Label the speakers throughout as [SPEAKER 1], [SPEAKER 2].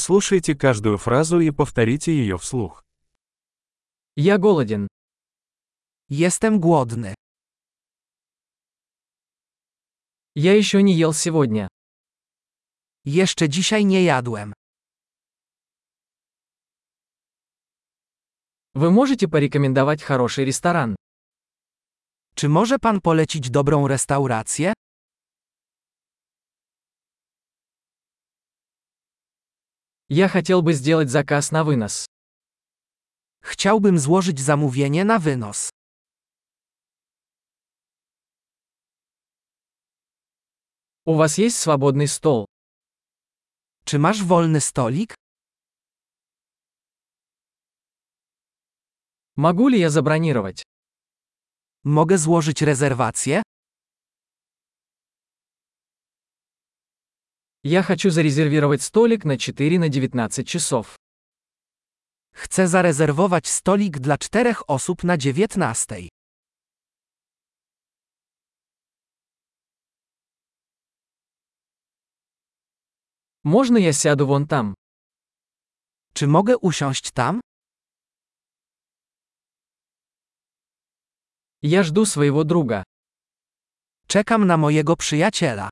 [SPEAKER 1] Прослушайте каждую фразу и повторите ее вслух.
[SPEAKER 2] Ja golodien.
[SPEAKER 3] Jestem głodny.
[SPEAKER 2] Я еще не ел сегодня.
[SPEAKER 3] Jeszcze dzisiaj nie jadłem.
[SPEAKER 2] Вы можете порекомендовать хороший ресторан?
[SPEAKER 3] Czy może pan polecić dobrą restaurację?
[SPEAKER 2] Я хотел бы сделать заказ на вынос.
[SPEAKER 3] Chciałbym złożyć zamówienie na wynos.
[SPEAKER 2] У вас есть свободный стол?
[SPEAKER 3] Czy masz wolny stolik?
[SPEAKER 2] Могу ли я забронировать?
[SPEAKER 3] Mogę złożyć rezerwację?
[SPEAKER 2] Я хочу зарезервировать столик на 4 на 19 часов.
[SPEAKER 3] Chcę zarezerwować stolik dla czterech osób na 19.
[SPEAKER 2] Можно я сяду вон там?
[SPEAKER 3] Czy mogę usiąść tam?
[SPEAKER 2] Я жду своего друга.
[SPEAKER 3] Czekam na mojego przyjaciela.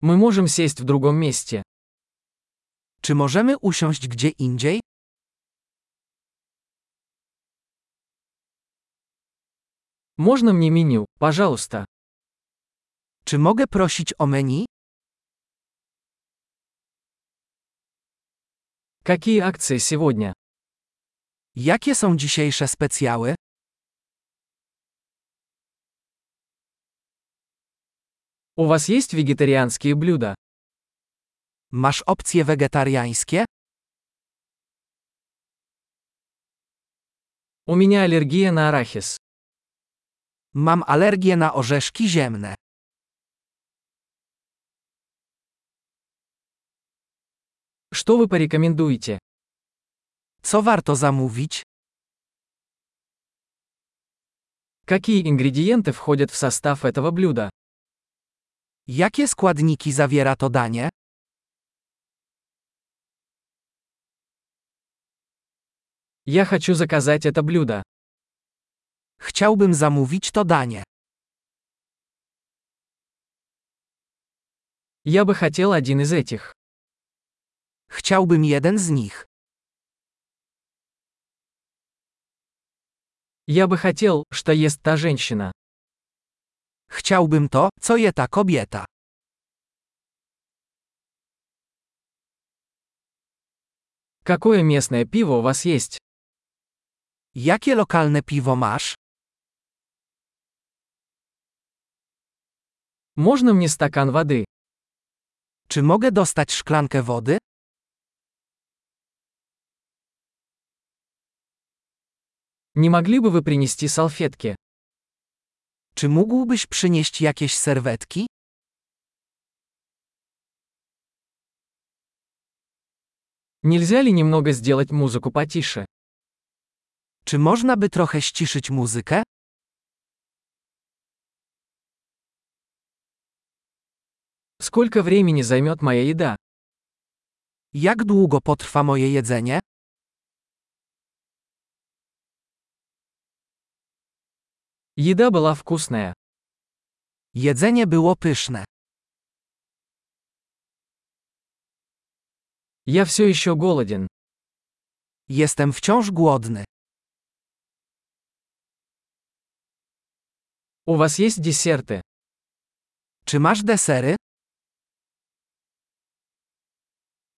[SPEAKER 2] Мы можем сесть в другом месте.
[SPEAKER 3] Czy możemy usiąść gdzie indziej?
[SPEAKER 2] Можно мне меню, пожалуйста?
[SPEAKER 3] Czy mogę prosić o menu?
[SPEAKER 2] Какие акции сегодня?
[SPEAKER 3] Jakie są dzisiejsze specjały?
[SPEAKER 2] У вас есть вегетарианские блюда?
[SPEAKER 3] Masz opcje wegetariańskie?
[SPEAKER 2] У меня аллергия на арахис.
[SPEAKER 3] Mam alergię na orzeszki ziemne.
[SPEAKER 2] Что вы порекомендуете?
[SPEAKER 3] Co warto zamówić?
[SPEAKER 2] Какие ингредиенты входят в состав этого блюда?
[SPEAKER 3] Jakie składniki zawiera to danie?
[SPEAKER 2] Я хочу заказать это блюдо.
[SPEAKER 3] Chciałbym zamówić to danie.
[SPEAKER 2] Я бы хотел один из этих.
[SPEAKER 3] Chciałbym jeden z nich.
[SPEAKER 2] Я бы хотел, что ест та женщина.
[SPEAKER 3] Chciałbym to, co je ta kobieta.
[SPEAKER 2] Какое местное пиво у вас есть?
[SPEAKER 3] Jakie lokalne piwo masz?
[SPEAKER 2] Можно мне стакан воды?
[SPEAKER 3] Czy mogę dostać szklankę wody?
[SPEAKER 2] Не могли бы вы принести салфетки?
[SPEAKER 3] Czy mógłbyś przynieść jakieś serwetki?
[SPEAKER 2] Нельзя ли немного сделать музыку потише?
[SPEAKER 3] Czy można by trochę ściszyć muzykę?
[SPEAKER 2] Сколько времени займет моя еда?
[SPEAKER 3] Jak długo potrwa moje jedzenie?
[SPEAKER 2] Еда была вкусная.
[SPEAKER 3] Jedzenie było pyszne.
[SPEAKER 2] Я все еще голоден.
[SPEAKER 3] Jestem wciąż głodny.
[SPEAKER 2] У вас есть десерты?
[SPEAKER 3] Czy masz desery?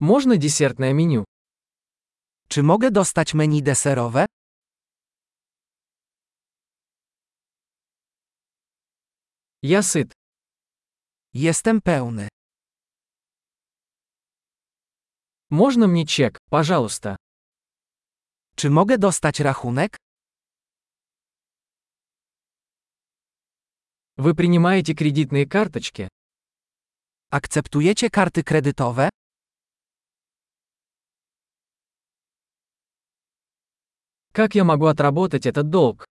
[SPEAKER 2] Можно десертное меню?
[SPEAKER 3] Czy mogę dostać menu deserowe?
[SPEAKER 2] Я сыт.
[SPEAKER 3] Jestem pełny.
[SPEAKER 2] Можно мне чек, пожалуйста?
[SPEAKER 3] Czy mogę dostać rachunek?
[SPEAKER 2] Вы принимаете кредитные карточки?
[SPEAKER 3] Akceptujecie karty kredytowe?
[SPEAKER 2] Как я могу отработать этот долг?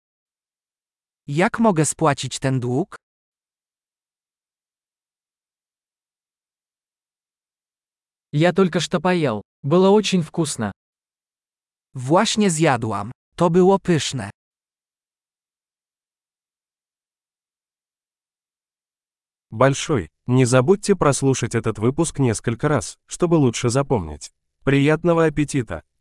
[SPEAKER 3] Jak mogę spłacić ten dług?
[SPEAKER 2] Я только что поел. Было очень вкусно.
[SPEAKER 3] Właśnie zjadłam. To było pyszne.
[SPEAKER 1] Большой. Не забудьте прослушать этот выпуск несколько раз, чтобы лучше запомнить. Приятного аппетита!